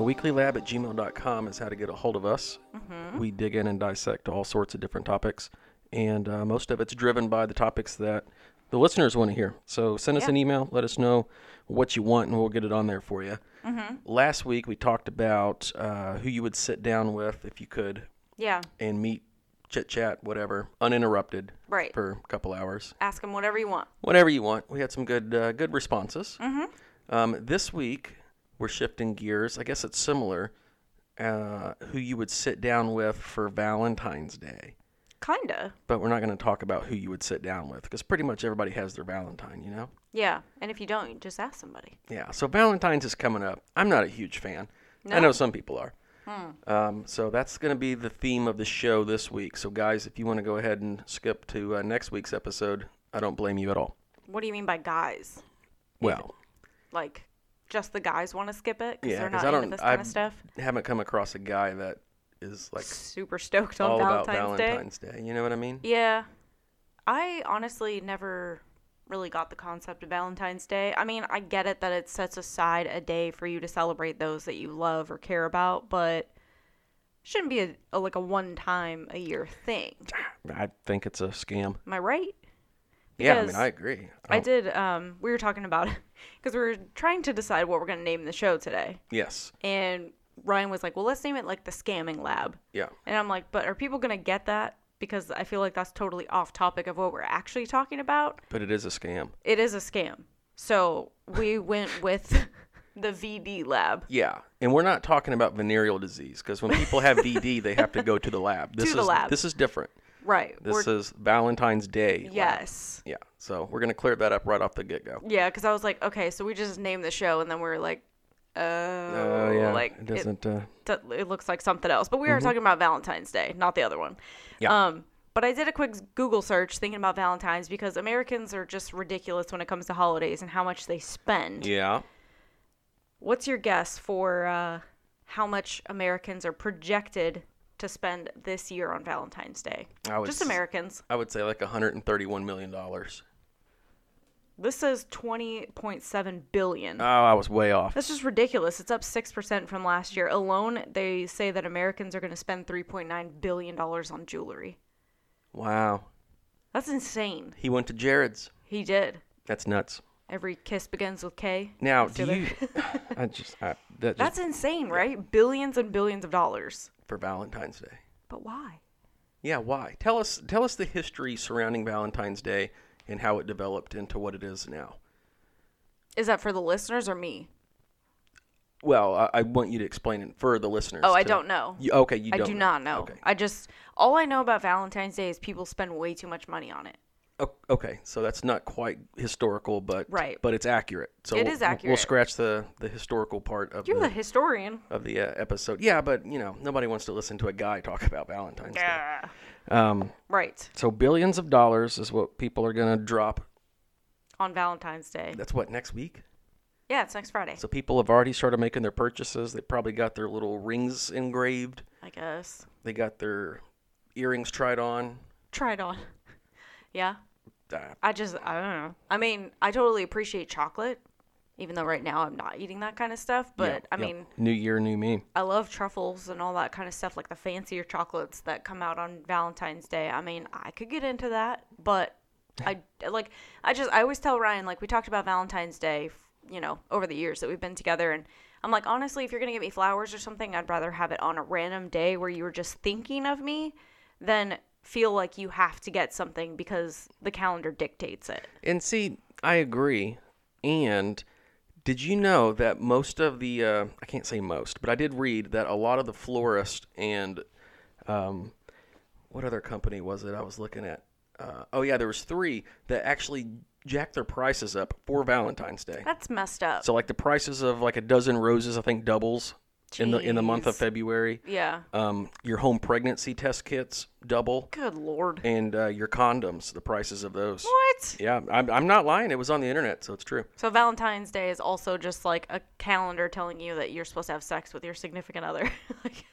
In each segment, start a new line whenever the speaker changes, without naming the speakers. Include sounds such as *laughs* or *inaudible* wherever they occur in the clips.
weeklylab uh, at gmail.com is how to get a hold of us.
Mm-hmm.
We dig in and dissect all sorts of different topics, and uh, most of it's driven by the topics that the listeners want to hear. So send us
Yeah.
an email, let us know what you want, and we'll get it on there for you.
Mm-hmm.
Last week, we talked about uh, who you would sit down with if you could
Yeah.
and meet, chit chat, whatever, uninterrupted
Right.
for a couple hours
Ask them whatever you want.
whatever you want. We had some good uh, good responses. Um, this week we're shifting gears. I guess it's similar. Uh, who you would sit down with for Valentine's Day,
Kinda.
but we're not going to talk about who you would sit down with because pretty much everybody has their Valentine, you know.
Yeah. And if you don't, you just ask somebody.
Yeah. So Valentine's is coming up. I'm not a huge fan. I
No?
know some people are. Um, so that's going to be the theme of the show this week. So guys, if you want to go ahead and skip to uh, next week's episode, I don't blame you at all.
What do you mean by guys?
Well,
Like, just the guys want to skip it because
Yeah,
they're
'cause
not
I
into
don't-
this kind
I've-
of stuff.
haven't come across a guy that is like
Super stoked on
all
Valentine's,
about
Day.
Valentine's Day. You know what I mean?
Yeah. I honestly never really got the concept of Valentine's Day. I mean, I get it that it sets aside a day for you to celebrate those that you love or care about, but shouldn't be a, a like a one time a year thing.
I think it's a scam.
Am I right?
yeah, I mean,
Because-
I agree. Oh,
I
don't-
did. Um, we were talking about *laughs* because we were trying to decide what we're gonna name the show today,
Yes.
and Ryan was like, "Well, let's name it like the scamming lab,"
Yeah.
and I'm like, "But are people gonna get that?" Because I feel like that's totally off topic of what we're actually talking about.
But it is a scam.
It is a scam, so we went with *laughs* the VD lab.
Yeah. And we're not talking about venereal disease because when people have VD, they have to go to the
*laughs*
lab. This
the
is
lab.
this is different.
Right.
This is Valentine's Day. lab.
yes.
Yeah. So we're gonna clear that up right off the get go.
Yeah, because I was like, okay, so we just named the show, and then we were like, oh,
Oh yeah.
like
it doesn't. Mm-hmm. uh,
that it looks like something else. But we are talking about Valentine's Day, not the other one.
Yeah.
Um, but I did a quick Google search thinking about Valentine's because Americans are just ridiculous when it comes to holidays and how much they spend.
yeah.
What's your guess for uh, how much Americans are projected to spend this year on Valentine's Day?
I would
Just
s-
Americans.
I would say like 131 million dollars.
This says 20.7 billion.
Oh, I was way off.
That's just ridiculous. It's up 6% from last year. Alone, they say that Americans are going to spend $3.9 billion on jewelry.
Wow.
That's insane.
He went to Jared's.
He did.
That's nuts.
Every kiss begins with K.
Now,
Still
do
there. *laughs*
you? I just I, that just
That's insane, right? Billions and billions of dollars.
for Valentine's Day.
But why?
Yeah, why? Tell us tell us the history surrounding Valentine's Day and how it developed into what it is now.
Is that for the listeners or me?
Well, I, I want you to explain it for the listeners.
Oh, I
to-
don't know.
You, okay, you
I
don't.
do not know.
Okay.
I just all I know about Valentine's Day is people spend way too much money on it.
O- okay, so that's not quite historical, but
Right.
but it's accurate. So
It
we'll,
is
We'll
accurate.
scratch the the historical part of
You're
the
the historian.
of the uh, episode. Yeah, but you know nobody wants to listen to a guy talk about Valentine's Day.
Yeah.
Um,
Right.
so billions of dollars is what people are gonna drop.
On Valentine's Day.
That's what next week.
Yeah, it's next Friday.
So people have already started making their purchases. They probably got their little rings engraved.
I guess.
They got their earrings tried on.
Try it on. *laughs* yeah.
Ah,
I just I don't know. I mean, I totally appreciate chocolate, even though right now I'm not eating that kind of stuff. But
yeah,
I
yeah.
mean,
new year, new me.
I love truffles and all that kind of stuff, like the fancier chocolates that come out on Valentine's Day. I mean, I could get into that, but I like I just I always tell Ryan like we talked about Valentine's Day, f- you know, over the years that we've been together and I'm like, honestly, if you're going to get me flowers or something, I'd rather have it on a random day where you were just thinking of me than feel like you have to get something because the calendar dictates it.
And see, I agree. And did you know that most of the uh, I can't say most, but I did read that a lot of the florists and um, what other company was it I was looking at? Uh, oh yeah, there was three that actually jacked their prices up for Valentine's Day.
That's messed up.
So like the prices of like a dozen roses, I think doubles in the in the month of
Jeez.
February.
yeah.
Um, your home pregnancy test kits double,
Good lord.
and uh, your condoms, the prices of those.
What?
Yeah, I'm, I'm not lying. It was on the internet, so it's true.
So Valentine's Day is also just like a calendar telling you that you're supposed to have sex with your significant other. *laughs* Like-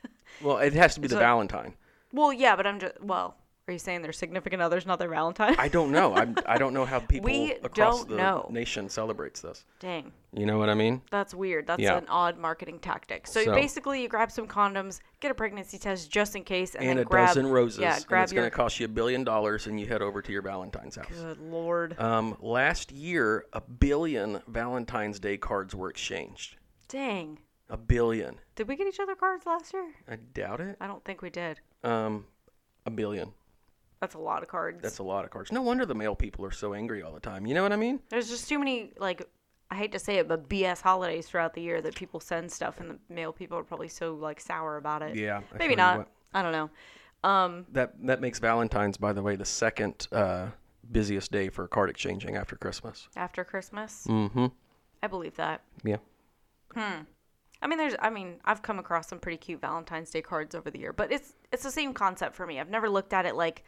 Well, it has to be the
So-
Valentine.
well, yeah, but I'm just well, Are you saying their significant other's not their Valentine?
I don't know. I'm, I don't know
*laughs*
how people
We
across
don't
the
know.
nation celebrates this.
Dang.
You know what I mean?
That's weird. That's
Yeah.
an odd marketing tactic. So,
So-
basically, you grab some condoms, get a pregnancy test just in case, and,
And a
then grab
dozen roses.
Yeah,
and
grab
it's
your.
going to cost you a billion dollars, and you head over to your Valentine's house.
Good lord.
Um, last year, a billion Valentine's Day cards were exchanged.
Dang.
A billion.
Did we get each other cards last year?
I doubt it.
I don't think we did.
Um, a billion.
That's a lot of cards.
That's a lot of cards. No wonder the male people are so angry all the time. You know what I mean?
There's just too many like. I hate to say it, but BS holidays throughout the year that people send stuff, and the male people are probably so like sour about it.
Yeah. I tell
maybe
you
not.
what.
I don't know. Um,
That that makes Valentine's, by the way, the second uh, busiest day for card exchanging after Christmas.
after Christmas,
Mm-hmm.
I believe that.
Yeah.
I mean, there's. I mean, I've come across some pretty cute Valentine's Day cards over the year, but it's it's the same concept for me. I've never looked at it like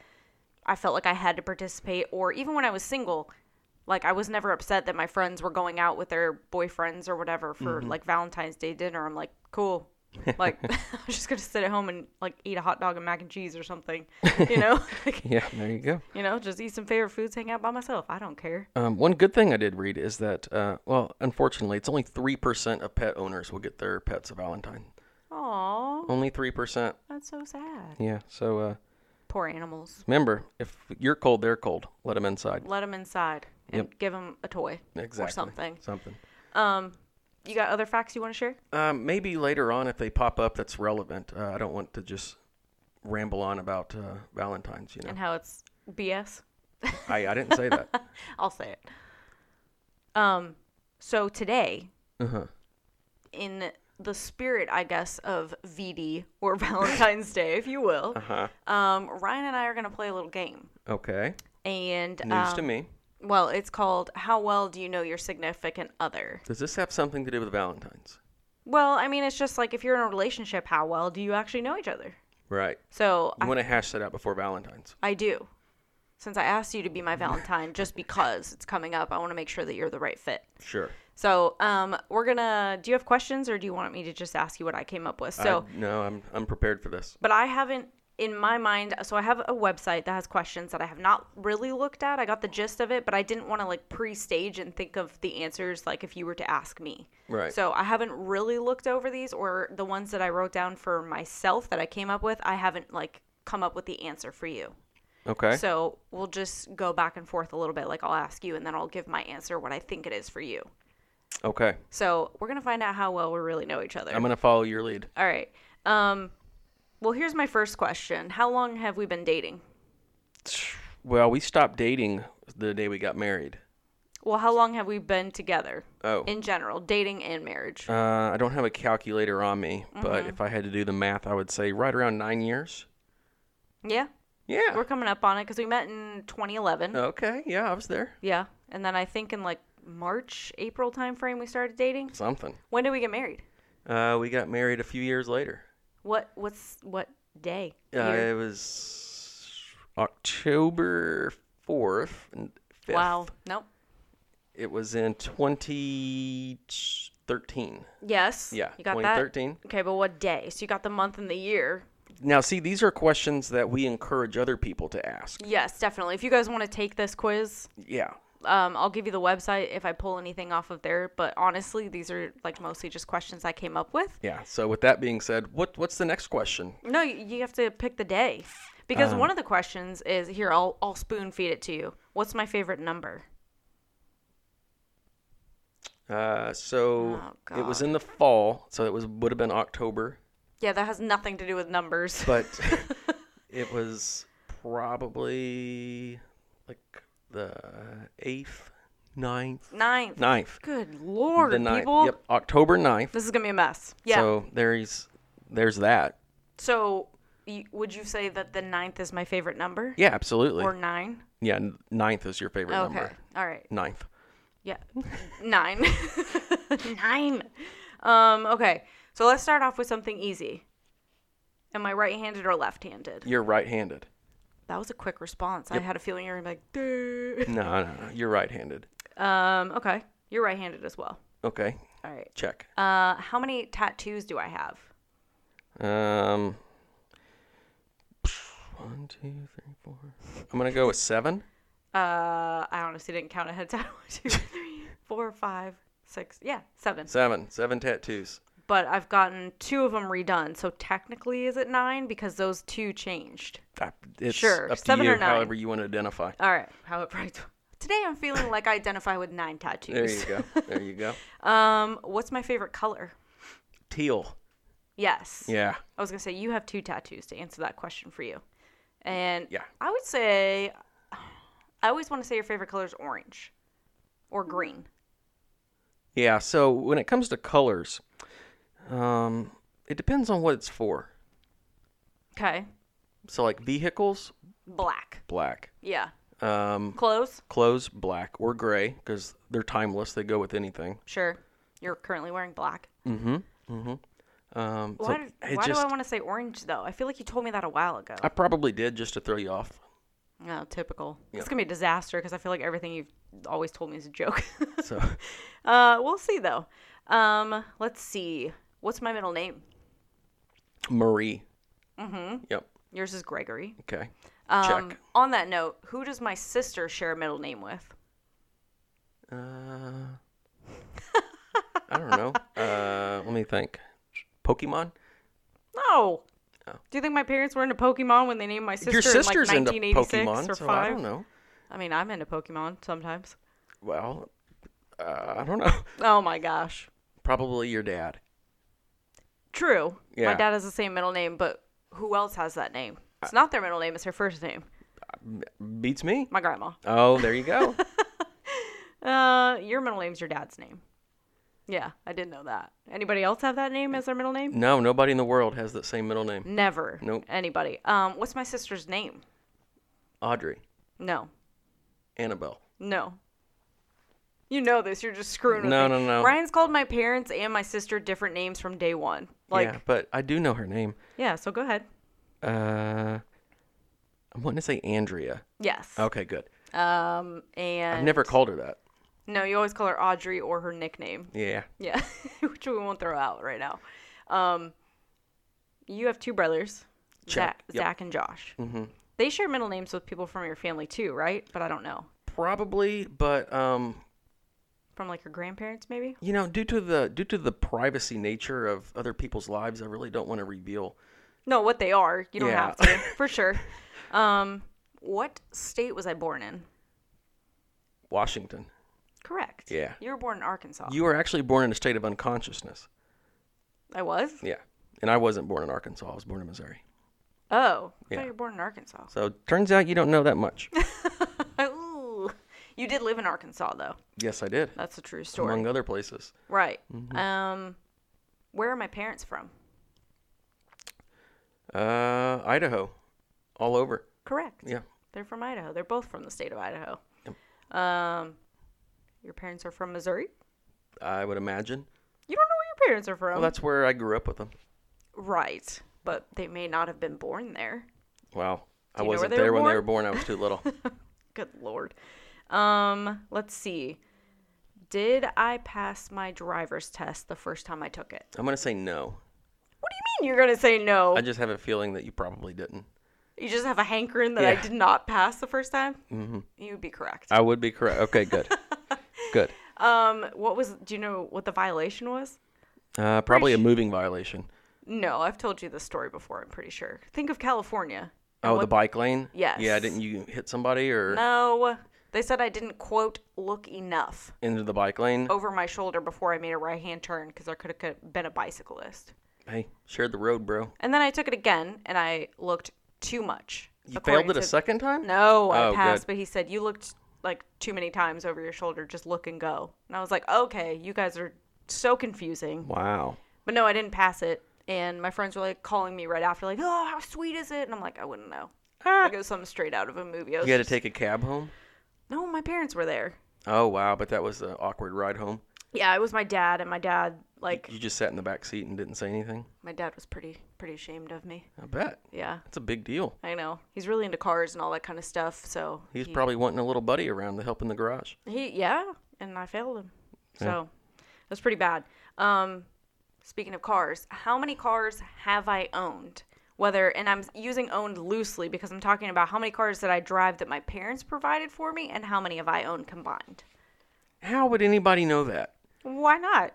I felt like I had to participate, or even when I was single, like I was never upset that my friends were going out with their boyfriends or whatever for like Valentine's Day dinner. I'm like, cool. Like *laughs* I'm just gonna sit at home and like eat a hot dog and mac and cheese or something, you know? *laughs* Like,
Yeah. There you go.
you know, just eat some favorite foods, hang out by myself. I don't care.
Um, one good thing I did read is that, uh, well, unfortunately, it's only three percent of pet owners will get their pets a Valentine.
Aw,
Only three percent.
that's so sad.
Yeah. So uh,
Poor animals.
remember, if you're cold, they're cold. Let them inside.
Let them inside and give 'em give them a toy.
Exactly.
something.
Something.
Um, you got other facts you want to share?
Um, maybe later on, if they pop up, that's relevant. Uh, I don't want to just ramble on about uh, Valentine's. You know,
*laughs* And how it's BS?
I, I didn't say that.
I'll say it. Um, so today,
Uh-huh.
in the spirit, I guess, of VD or *laughs* Valentine's Day, if you will,
Uh-huh.
um, Ryan and I are going to play a little game.
Okay.
And
News
um,
to me.
well, it's called How Well Do You Know Your Significant Other?
Does this have something to do with Valentine's?
Well, I mean, it's just like if you're in a relationship, how well do you actually know each other?
Right.
So
You
I
want to hash that out before Valentine's.
I do. Since I asked you to be my Valentine just because it's coming up, I want to make sure that you're the right fit.
Sure.
So, um, we're gonna. Do you have questions, or do you want me to just ask you what I came up with? So,
I, no, I'm I'm prepared for this.
but I haven't in my mind. So I have a website that has questions that I have not really looked at. I got the gist of it, but I didn't want to like pre-stage and think of the answers like if you were to ask me.
Right.
So I haven't really looked over these, or the ones that I wrote down for myself that I came up with. I haven't like come up with the answer for you.
Okay.
So we'll just go back and forth a little bit. Like I'll ask you, and then I'll give my answer what I think it is for you.
okay.
So we're gonna find out how well we really know each other.
I'm gonna follow your lead.
All right. Um, well, here's my first question. How long have we been dating?
Well, we stopped dating the day we got married.
Well, how long have we been together
Oh.
in general, dating and marriage?
Uh, I don't have a calculator on me,
Mm-hmm.
but if I had to do the math, I would say right around nine years.
yeah,
Yeah.
we're coming up on it because we met in 2011.
Okay. Yeah, I was there.
yeah, and then I think in like March, April timeframe we started dating.
Something.
When did we get married?
Uh, we got married a few years later.
What? What's what day?
Uh,
Year?
it was October 4th and 5th.
wow. Nope.
It was in 2013.
Yes.
Yeah.
You got that.
2013.
Okay, but what day? So you got the month and the year.
Now, see, these are questions that we encourage other people to ask.
Yes, definitely. If you guys want to take this quiz,
Yeah.
um, I'll give you the website if I pull anything off of there. But honestly, these are like mostly just questions I came up with.
Yeah. So, with that being said, what what's the next question?
No, you you have to pick the day
Um.
because one of the questions is here. I'll I'll spoon feed it to you. What's my favorite number?
Uh, so
Oh,
it was in the fall, so it was would have been October,
Yeah, that has nothing to do with numbers. *laughs*
but *laughs* it was probably like the eighth, ninth,
Ninth.
ninth.
Good lord,
the ninth.
people.
Yep, October 9th.
This is gonna be a mess. Yeah. So,
So there's there's that.
y- would you say that the ninth is my favorite number
Yeah, absolutely.
or nine?
yeah, n- ninth is your favorite
Okay.
number.
All right.
Ninth.
*laughs* Yeah. Nine. *laughs* Nine. Um, okay. So let's start off with something easy. Am I right handed or left handed?
You're right-handed.
That was a quick response. I had a feeling you were gonna be like,
No, no, no. You're right-handed.
"Duh." *laughs* um, okay. You're right handed as well.
Okay.
All right.
Check.
Uh, how many tattoos do I have?
Um. One, two, three, four. I'm gonna go with seven.
Uh, I honestly didn't count ahead. *laughs* So one, two, three, four, five, six. Yeah, seven.
Seven. Seven tattoos.
But I've gotten two of them redone. So technically, is it nine? Because those two changed.
I- It's
Sure,
up to
seven
you,
or nine.
however you want to identify.
All right. How it right. Today I'm feeling like I identify with nine tattoos.
There you go. There you go. *laughs*
Um, what's my favorite color?
Teal.
Yes.
Yeah.
I was gonna say you have two tattoos to answer that question for you, and
Yeah.
I would say I always want to say your favorite color is orange or green.
Yeah. So when it comes to colors, um, it depends on what it's for.
Okay,
So like vehicles,
black.
black.
Yeah,
Um,
clothes.
clothes, black or gray because they're timeless. They go with anything.
Sure, you're currently wearing black.
Um, so
Why, do-
it
why
just,
do I want to say orange though? I feel like you told me that a while ago.
I probably did just to throw you off.
oh, typical.
Yeah.
It's gonna be a disaster because I feel like everything you've always told me is a joke. *laughs*
So *laughs*
uh, we'll see though. Um, let's see. What's my middle name?
Marie. Mm-hmm. Yep.
Yours is Gregory.
Okay.
Um,
Check.
On that note, who does my sister share a middle name with? *laughs*
Uh, I don't know. Uh, let me think. Pokemon.
No.
Oh.
Do you think my parents were into Pokemon when they named my sister
Your sister's
in like
into
1986 or
Pokemon, so
five?
I don't know.
I mean, I'm into Pokemon sometimes.
Well, uh, I don't know. *laughs*
Oh my gosh.
Probably your dad.
True. My
Yeah.
dad has the same middle name, but who else has that name? It's not their middle name, it's her first name.
Beats me.
My grandma.
Oh, there you
*laughs*
go.
Uh, your middle name's your dad's name. Yeah, I did know that. Anybody else have that name as their middle name?
no, nobody in the world has that same middle name.
Never.
Nope.
Anybody. Um, what's my sister's name?
Audrey.
No.
Annabelle.
No. You know this. You're just screwing with
No,
me.
no, no.
Ryan's called my parents and my sister different names from day one. Like,
yeah,
yeah,
but I do know her name.
so go ahead.
Uh, I'm wanting to say Andrea.
Yes.
Okay, good.
Um, and
Oh. I've never called her that.
No, you always call her Audrey or her nickname. *laughs*
Yeah.
Yeah, which we won't throw out right now. Um, you have two brothers, Zach,
Check. Yep.
Zach and Josh. Mm-hmm. They share middle names with people from your family too, right? But I don't know.
Probably, but um,
From like your grandparents, maybe.
you know, due to the due to the privacy nature of other people's lives, I really don't want to reveal.
No, what they are. You don't
Yeah.
have to,
*laughs*
for sure. Um, what state was I born in?
Washington.
Correct.
Yeah.
You were born in Arkansas.
You were actually born in a state of unconsciousness.
I was?
Yeah. And I wasn't born in Arkansas. I was born in Missouri.
Oh. I
Yeah.
thought you were born in Arkansas. *laughs*
So turns out you don't know that much.
Ooh. You did live in Arkansas, though.
yes, I did.
That's a true story.
Among Mm-hmm. other places.
right. Um, where are my parents from?
Uh, Idaho. All over.
Correct.
Yeah.
They're from Idaho. They're both from the state of Idaho. Um, your parents are from Missouri?
I would imagine.
You don't know where your parents are from.
Well, that's where I grew up with them.
right. But they may not have been born there.
Wow. I
you know where
wasn't
they
there
were
when they were born. I was too
*laughs*
little.
Good lord. Um, let's see. Did I pass my driver's test the first time I took it?
I'm going to say no.
What do you mean you're gonna say no?
I just have a feeling that you probably didn't.
you just have a hankering that I
Yeah. Uh
did not pass the first time? Mm-hmm. You would be correct.
I would be correct. Okay,
*laughs*
good. good.
Um, what was? Do you know what the violation was?
Uh, probably a moving violation.
No, I've told you this story before. I'm pretty sure. Think of California.
Oh, the bike lane?
Yes.
Yeah, didn't you hit somebody or
No, they said I didn't quote look enough
into the bike lane?
over my shoulder before I made a right hand turn because I could have been a bicyclist.
Hey, shared the road, bro.
And then I took it again, and I looked too much.
You
according
failed it a
to-
second time?
No, I
Oh, good.
passed, but he said you looked like too many times over your shoulder. Just look and go. And I was like, okay, you guys are so confusing.
Wow.
But no, I didn't pass it. And my friends were like calling me right after, like, oh, how sweet is it? And I'm like, I wouldn't know. Like it was something straight out of a movie. I
Ah.
was
You had to
just-
take a cab home?
No, my parents were there.
Oh, wow, but that was an awkward ride home.
Yeah, it was my dad, and my dad, like,
You just sat in the back seat and didn't say anything?
my dad was pretty, pretty ashamed of me.
I bet.
Yeah,
That's a big deal.
I know. He's really into cars and all that kind of stuff. So
He's probably wanting a little buddy around to help in the garage.
He yeah, and I failed him. So that's pretty bad. Um speaking of cars, how many cars have I owned? whether and I'm using owned loosely because I'm talking about how many cars that I drive that my parents provided for me and how many have I owned combined.
How would anybody know that?
Why not?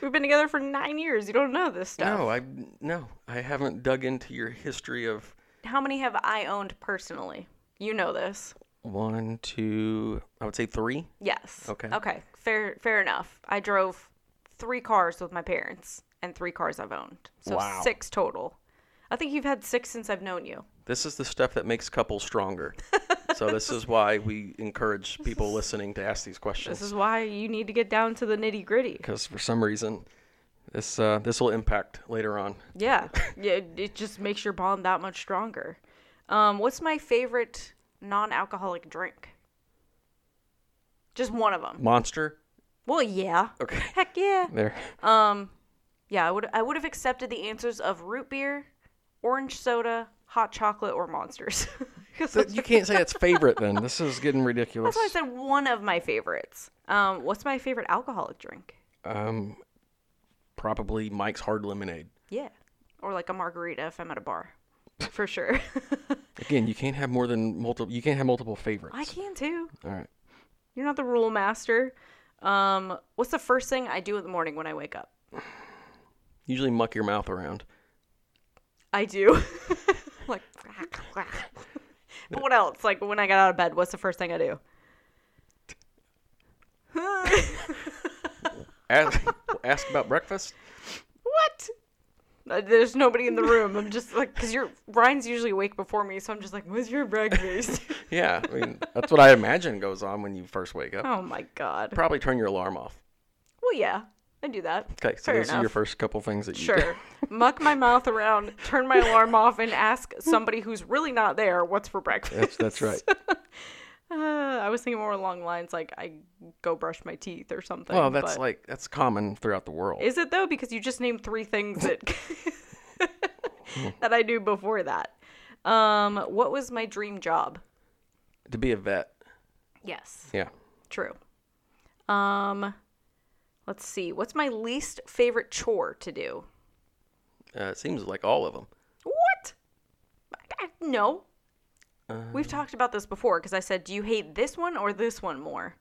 We've been together for nine years. You don't know this stuff.
No, I no, I haven't dug into your history of
How many have I owned personally? You know this.
one, two. I would say three.
Yes.
Okay.
Okay. Fair. Fair enough. I drove three cars with my parents and three cars I've owned. So
Wow.
six total. I think you've had six since I've known you.
This is the stuff that makes couples stronger.
*laughs*
so this is why we encourage people listening to ask these
This
questions
is why you need to get down to the
*laughs*
nitty gritty.
because for some reason, this uh, this will impact later on.
Yeah. yeah. It, it just makes your bond that much stronger. Um, what's my favorite non-alcoholic drink? Just one of them.
Monster.
Well, yeah.
Okay.
Heck yeah.
There.
Um, yeah, I would I would have accepted the answers of root beer, orange soda, hot chocolate, or monsters. *laughs* 'Cause
Th- You can't say that's favorite then. This is getting ridiculous.
that's why I said one of my favorites. Um, what's my favorite alcoholic drink?
Um, probably Mike's hard lemonade.
Yeah, or like a margarita if I'm at a bar, for sure.
Again, you can't have more than multiple. You can't have multiple favorites.
I can too.
All right.
You're not the rule master. Um, what's the first thing I do in the morning when I wake up?
Usually muck your mouth around.
I do. *laughs* like, but what else? Like when I got out of bed, what's the first thing I do?
*laughs* Ask, ask about breakfast.
What? Uh, There's nobody in the room. I'm just like, because you're Ryan's usually awake before me, so I'm just like, what's your breakfast? *laughs*
Yeah, I mean that's what I imagine goes on when you first wake up.
oh my god.
Probably turn your alarm off.
Well, yeah, I do that.
Okay, so
Fair
those are your
enough.
first couple things that you do.
Sure.
*laughs*
Muck my mouth around, turn my alarm off, and ask somebody who's really not there what's for breakfast.
That's that's
*laughs*
right.
Uh, I was thinking more along lines like I go brush my teeth or something.
Well, that's
but-
like that's common throughout the world.
Is it though? Because you just named three
*laughs*
things that *laughs* that I knew before that. Um, what was my dream job?
to be a vet.
Yes.
Yeah.
True. Um, let's see. What's my least favorite chore to do?
Uh, it seems like all of them.
What? I- I- No. We've talked about this before because I said, do you hate this one or this one more?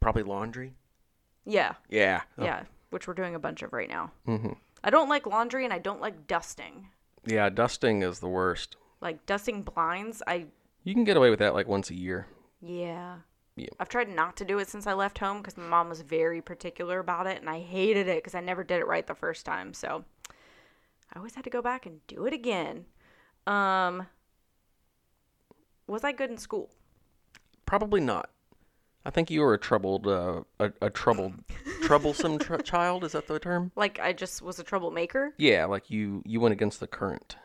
Probably laundry.
Yeah.
Yeah.
Yeah. Which we're doing a bunch of right now. Mm-hmm. I don't like laundry and I don't like dusting.
Yeah, dusting is the worst.
Like dusting blinds, I
You can get away with that like once a year.
Yeah.
Yeah.
I've tried not to do it since I left home because my mom was very particular about it, and I hated it because I never did it right the first time. So I always had to go back and do it again. Um, was I good in school?
Probably not. I think you were a troubled, uh, a, a
*laughs*
troubled, troublesome tr- child. Is that the term?
Like I just was a troublemaker.
Yeah, like you you went against the current.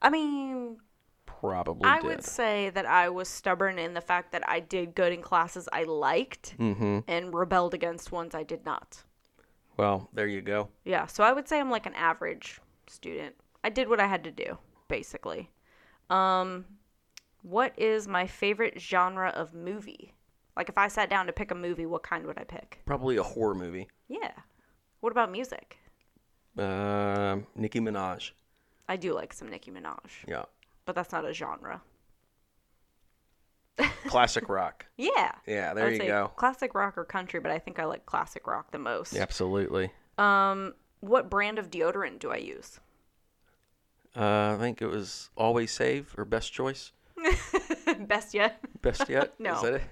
I mean,
Probably
I
did.
would say that I was stubborn in the fact that I did good in classes I liked
Mm-hmm.
and rebelled against ones I did not.
Well, there you go.
Yeah, so I would say I'm like an average student. I did what I had to do, basically. Um, what is my favorite genre of movie? Like, if I sat down to pick a movie, what kind would I pick?
Probably a horror movie.
Yeah. What about music?
Um, Nicki Minaj.
I do like some Nicki Minaj,
Yeah.
but that's not a genre. *laughs*
Classic rock.
Yeah.
Yeah,
I
there
would
you
say
go.
Classic rock or country, but I think I like classic rock the most.
Absolutely.
Um, what brand of deodorant do I use? *laughs*
Uh, I think it was Always Save or Best Choice.
Best yet? *laughs*
Best yet?
No.
Is that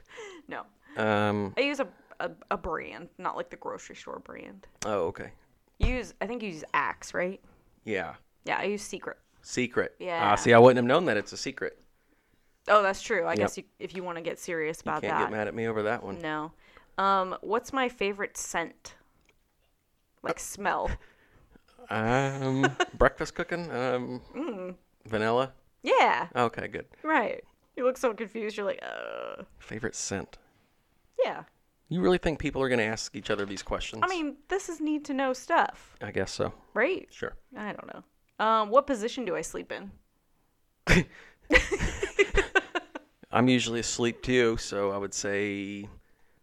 No.
it? Um,
I use a, a, a brand, not like the grocery store brand.
oh, okay.
You use, I think you use Axe, right?
Yeah.
Yeah, I use Secret.
Secret.
Yeah.
Ah, see, I wouldn't have known that. It's a secret.
Oh, that's true. I guess you, if you want to get serious about
Can't get
that,
mad at me over that one.
no. Um, what's my favorite scent?
Uh, *laughs*
Like smell? *laughs*
Um, breakfast cooking? Um,
Mm.
vanilla?
Yeah,
Okay, good.
right. You look so confused. You're like, uh,
Favorite scent?
yeah.
You really think people are going to ask each other these questions?
I mean, this is need to know stuff,
I guess so.
right?
Sure.
I don't know. Um, what position do I sleep in?
I'm usually asleep too, so I would say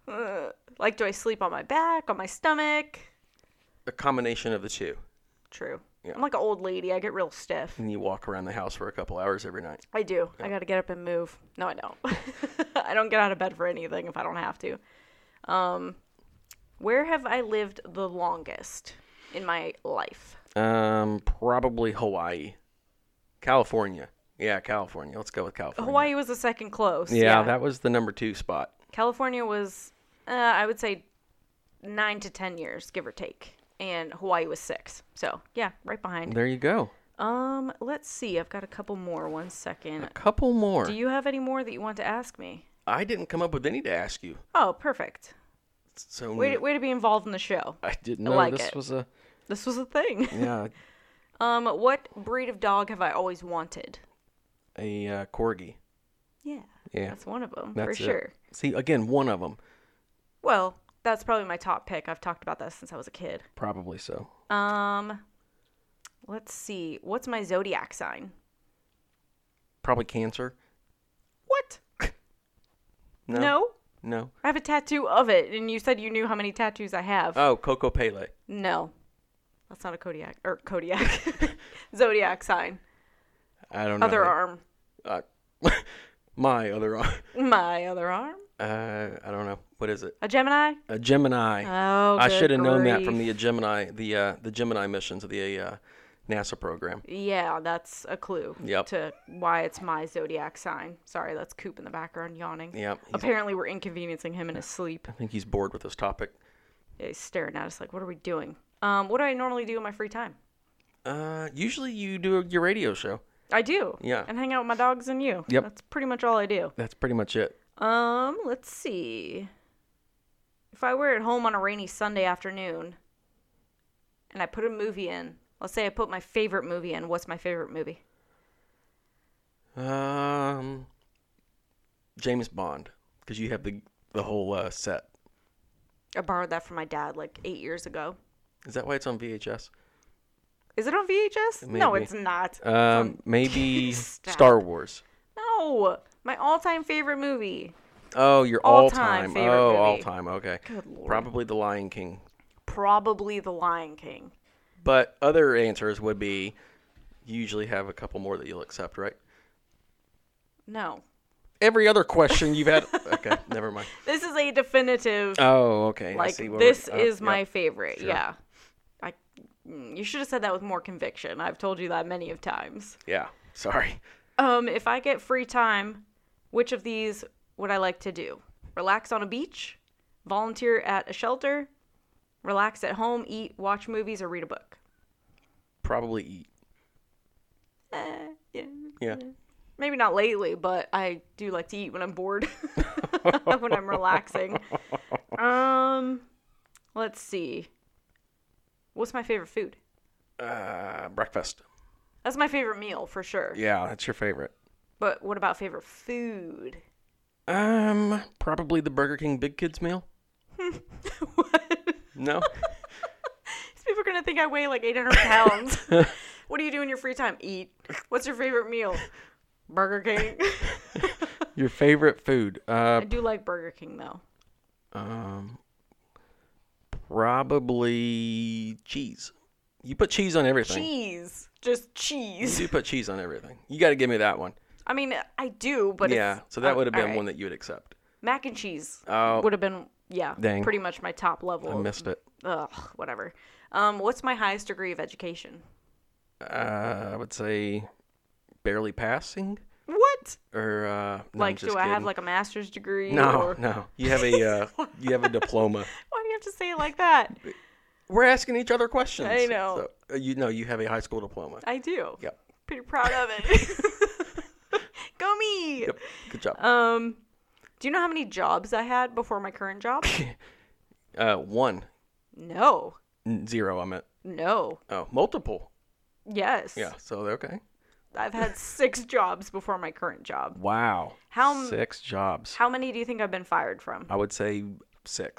Uh, like, do I sleep on my back, on my stomach?
a combination of the two.
True.
Yeah.
I'm like an old lady. I get real stiff.
And you walk around the house for a couple hours every night.
I do. I got to get up and move. No, I don't. *laughs* I don't get out of bed for anything if I don't have to. Um, where have I lived the longest in my life?
Um, probably Hawaii, California. Yeah, California. Let's go with California.
Hawaii was the second close.
Yeah, that was the number two spot.
California was, uh, I would say, nine to ten years, give or take, and Hawaii was six. So yeah, right behind.
There you go.
Um, let's see. I've got a couple more. One second.
Couple more.
Do you have any more that you want to ask me?
I didn't come up with any to ask you.
Oh, perfect.
So
Way to, way to be involved in the show.
I didn't
I
know
like
this
it.
was a
This was a thing. *laughs*
yeah
Um, what breed of dog have I always wanted?
a uh, corgi.
Yeah,
Yeah,
that's one of them
that's
for
it.
sure.
See, again, one of them
Well, that's probably my top pick. I've talked about that since I was a kid.
probably so.
Um, let's see. What's my zodiac sign?
Probably cancer.
What?
No.
no?
No.
I have a tattoo of it, and you said you knew how many tattoos I have.
Oh, Coco Pele.
no, that's not a Kodiak or Kodiak
*laughs*
*laughs* zodiac sign.
I don't know.
Other arm,
Uh, *laughs* my other arm. *laughs*
my other arm,
Uh, I don't know. What is it?
a Gemini.
A Gemini.
Oh,
I
good
should have known that
grief.
from the Gemini, the uh, the Gemini missions of the uh, NASA program.
Yeah, that's a clue
Yep.
to why it's my zodiac sign. Sorry, that's Coop in the background yawning.
Yep. he's-
Apparently, we're inconveniencing him in his sleep.
I think he's bored with this topic.
Yeah, he's staring at us like, what are we doing? Um, what do I normally do in my free time?
Uh, usually you do your radio show.
I do.
Yeah.
And hang out with my dogs and you.
Yep.
That's pretty much all I do.
That's pretty much it.
Um, let's see. If I were at home on a rainy Sunday afternoon and I put a movie in, let's say I put my favorite movie in, what's my favorite movie?
Um, James Bond, because you have the the whole uh, set.
I borrowed that from my dad like eight years ago.
Is that why it's on VHS?
Is it on VHS? No,
Maybe.
it's not.
Um, *laughs* maybe
Stop.
Star Wars.
No, my all-time favorite movie.
Oh, your all
All-time
time.
favorite
Oh,
movie.
all time. Okay.
Good lord.
Probably The Lion King.
Probably The Lion King.
But other answers would be you usually have a couple more that you'll accept, right?
No,
Every other question you've *laughs* had. okay, never mind.
this is a definitive.
Oh, okay. I
like
see what we're-
this
uh,
is
yeah.
my favorite. Yeah, I. mm, You should have said that with more conviction. I've told you that many of times.
Yeah. Sorry.
Um, if I get free time, which of these would I like to do? Relax on a beach, volunteer at a shelter, relax at home, eat, watch movies, or read a book.
Probably eat.
Eh, yeah.
Yeah.
maybe not lately, but I do like to eat when I'm bored, *laughs* when I'm
*laughs*
relaxing. Um, let's see. What's my favorite food?
Uh, breakfast.
That's my favorite meal for sure.
Yeah, that's your favorite.
But what about favorite food? *laughs*
Um, probably the Burger King Big Kids meal.
what?
No.
These people are gonna think I weigh like 800
*laughs*
pounds. *laughs* what do you do in your free time? Eat. What's your favorite meal? Burger King.
*laughs*
*laughs*
your favorite food. Uh,
I do like Burger King though.
um, probably cheese. You put cheese on everything.
Cheese, just
You
cheese.
do put cheese on everything. You got to give me that one.
I mean, I do, but
yeah.
It's,
So that
uh,
would have been
alright.
one that you would accept.
mac and cheese
Oh.
would have been yeah
Dang.
pretty much my top level
I
of-
missed it.
ugh, whatever um what's my highest degree of education
Uh, I would say barely passing.
what
Or uh, no, I'm
like do
just
i have
kidding.
like a master's degree
No,
or-
no. You have a uh, you
*laughs*
have a diploma.
why do you have to say it like that
We're asking each other questions.
I know.
So, uh, you know, you have a high school diploma.
i do
Yep.
pretty proud of
*laughs*
it go me
Yep. Good job.
um do you know how many jobs i had before my current
*laughs*
job
Uh, one
no
N- zero. I meant.
no
Oh, multiple.
yes
Yeah. So they're okay.
i've
*laughs*
had six jobs before my current job
Wow.
How m-
six jobs?
how many do you think i've been fired from
I would say six.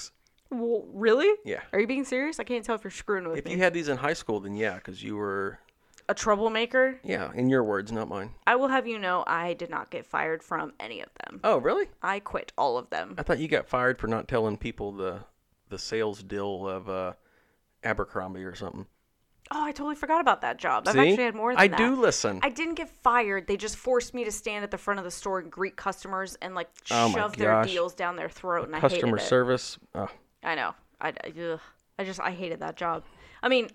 well, really
Yeah.
Are you being serious? I can't tell if you're screwing with
If
me.
you had these in high school, then yeah, because you were
a troublemaker?
yeah. In your words, not mine.
I will have you know I did not get fired from any of them.
Oh, really?
I quit all of them.
I thought you got fired for not telling people the the sales deal of uh, Abercrombie or something.
Oh, I totally forgot about that job. I've
See?
actually had more than
I
that.
do listen.
I didn't get fired. They just forced me to stand at the front of the store and greet customers and like
Oh my
shove their
gosh.
deals down their throat. And I
Customer
hated it.
service. Oh,
I know. I, I- ugh. I just I hated that job. I mean,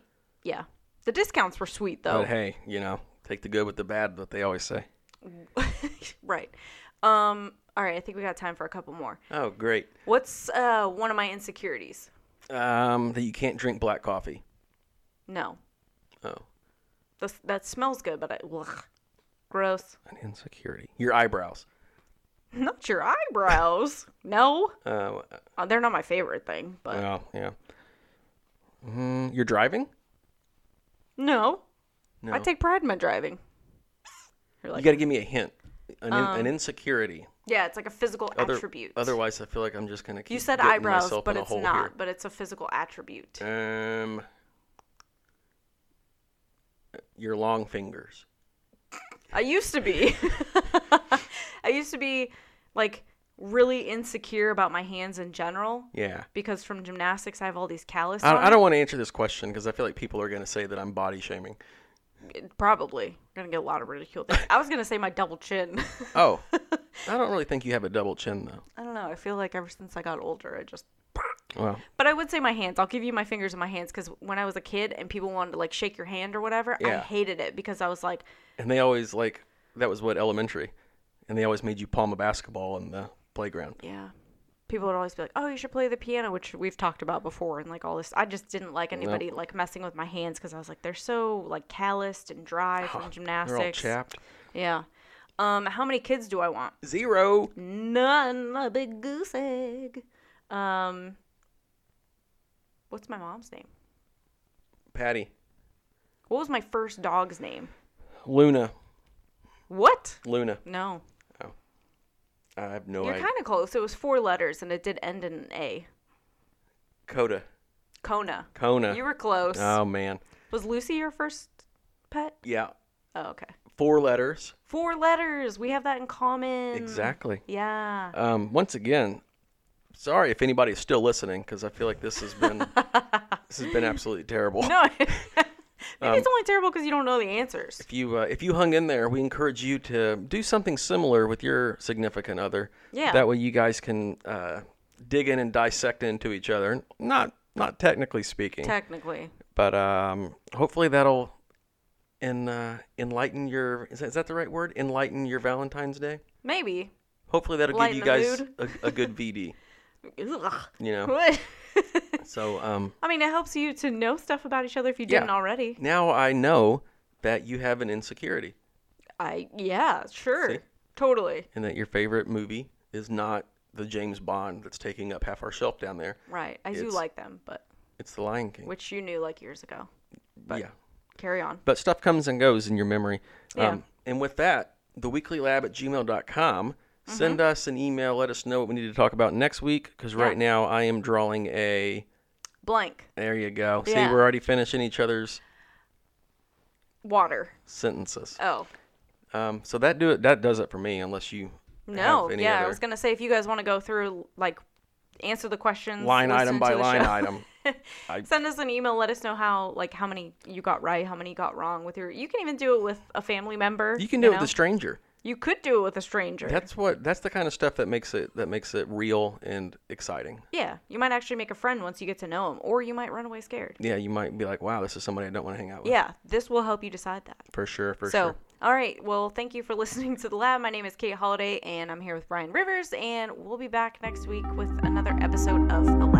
yeah, the discounts were sweet though.
but hey, you know, take the good with the bad, what they always say.
*laughs* right. Um. All right. I think we got time for a couple more.
Oh, great.
What's uh one of my insecurities?
Um, that you can't drink black coffee.
No.
Oh,
The, that smells good, but I, ugh, gross.
an insecurity. Your eyebrows.
Not your eyebrows. no.
Uh,
Uh, they're not my favorite thing, but
oh, yeah. Mm, you're driving?
no. I
No.
take pride in my driving.
You
You're like, Um,
got to give me a hint. An, in, an insecurity.
yeah, it's like a physical
Other,
attribute.
Otherwise, I feel like I'm just gonna. Keep
you said
getting
eyebrows,
myself
but
in a
it's
hole
not.
here.
But it's a physical attribute.
Um, your long fingers.
I used
*laughs*
to be. I used to be like really insecure about my hands in general
Yeah.
because from gymnastics I have all these calluses.
I,
on
I don't want to answer this question because I feel like people are going to say that I'm body shaming.
it. Probably gonna get a lot of ridicule. There. I was gonna say my
*laughs*
double chin. *laughs*
Oh, I don't really think you have a double chin though.
I don't know. I feel like ever since I got older, I just.
Well,
But I would say my hands. I'll give you my fingers and my hands because when I was a kid and people wanted to like shake your hand or whatever, I
Yeah.
hated it because I was like,
and they always like that was what elementary, and they always made you palm a basketball in the playground.
yeah. People would always be like, "Oh, you should play the piano," which we've talked about before, and like all this. I just didn't like anybody like messing with my hands because I was like, they're so like calloused and dry
*sighs*
from
They're all
gymnastics.
chapped.
yeah. Um, how many kids do I want?
Zero.
None. A big goose egg. Um, what's my mom's name?
Patty.
What was my first dog's name?
Luna.
What?
Luna.
No.
I have no
You're
idea.
kind of close. It was four letters and it did end in an A.
Coda.
Kona.
Kona.
You were close.
Oh man.
Was Lucy your first pet?
Yeah.
Oh, okay.
Four letters.
Four letters. We have that in common.
Exactly.
Yeah.
Um, once again, sorry if anybody's still listening because I feel like this has
*laughs*
been this has been absolutely terrible.
No. *laughs* Maybe
um,
it's only terrible because you don't know the answers.
If you uh, if you hung in there, we encourage you to do something similar with your significant other.
Yeah.
That way, you guys can uh, dig in and dissect into each other. Not not technically speaking,
Technically.
but um, hopefully that'll en, uh, enlighten your is that, is that the right word? Enlighten your Valentine's Day.
Maybe.
Hopefully that'll
Lighten
give you
the
guys a, a good VD.
Ugh. *laughs*
You know.
What?
So um,
I mean, it helps you to know stuff about each other if you
Yeah.
didn't already.
now I know that you have an insecurity
I yeah, sure.
See?
Totally.
and that your favorite movie is not the James Bond that's taking up half our shelf down there.
Right. I do
It's-
like them, but
It's The Lion King.
which you knew like years ago.
yeah.
Carry on.
But stuff comes and goes in your memory. Um,
Yeah.
and with that, theweeklylab at gmail.com.
Mm-hmm.
Send us an email. Let us know what we need to talk about next week because right now I am drawing a.
Blank.
There you go.
Yeah.
See, we're already finishing each other's
Water.
sentences.
Oh.
Um, so that do it. That does it for me, unless you
No.
have any
Yeah, I
other
was gonna say if you guys want to go through like answer the questions
line
Mm, listen
item
to
by
the *laughs*
line
show.
item.
Send us an email. Let us know how like how many you got right, how many you got wrong with your. You can even do it with a family member.
You can do it with
know?
a stranger.
You could do it with a stranger.
That's what. That's the kind of stuff that makes it that makes it real and exciting.
yeah, you might actually make a friend once you get to know them, or you might run away scared.
Yeah, you might be like, "Wow, this is somebody I don't want to hang out with."
Yeah, this will help you decide that.
for sure, for
So,
sure.
all right. Well, thank you for *laughs* listening to The Lab. My name is Kate Holiday, and I'm here with Brian Rivers, and we'll be back next week with another episode of The Lab.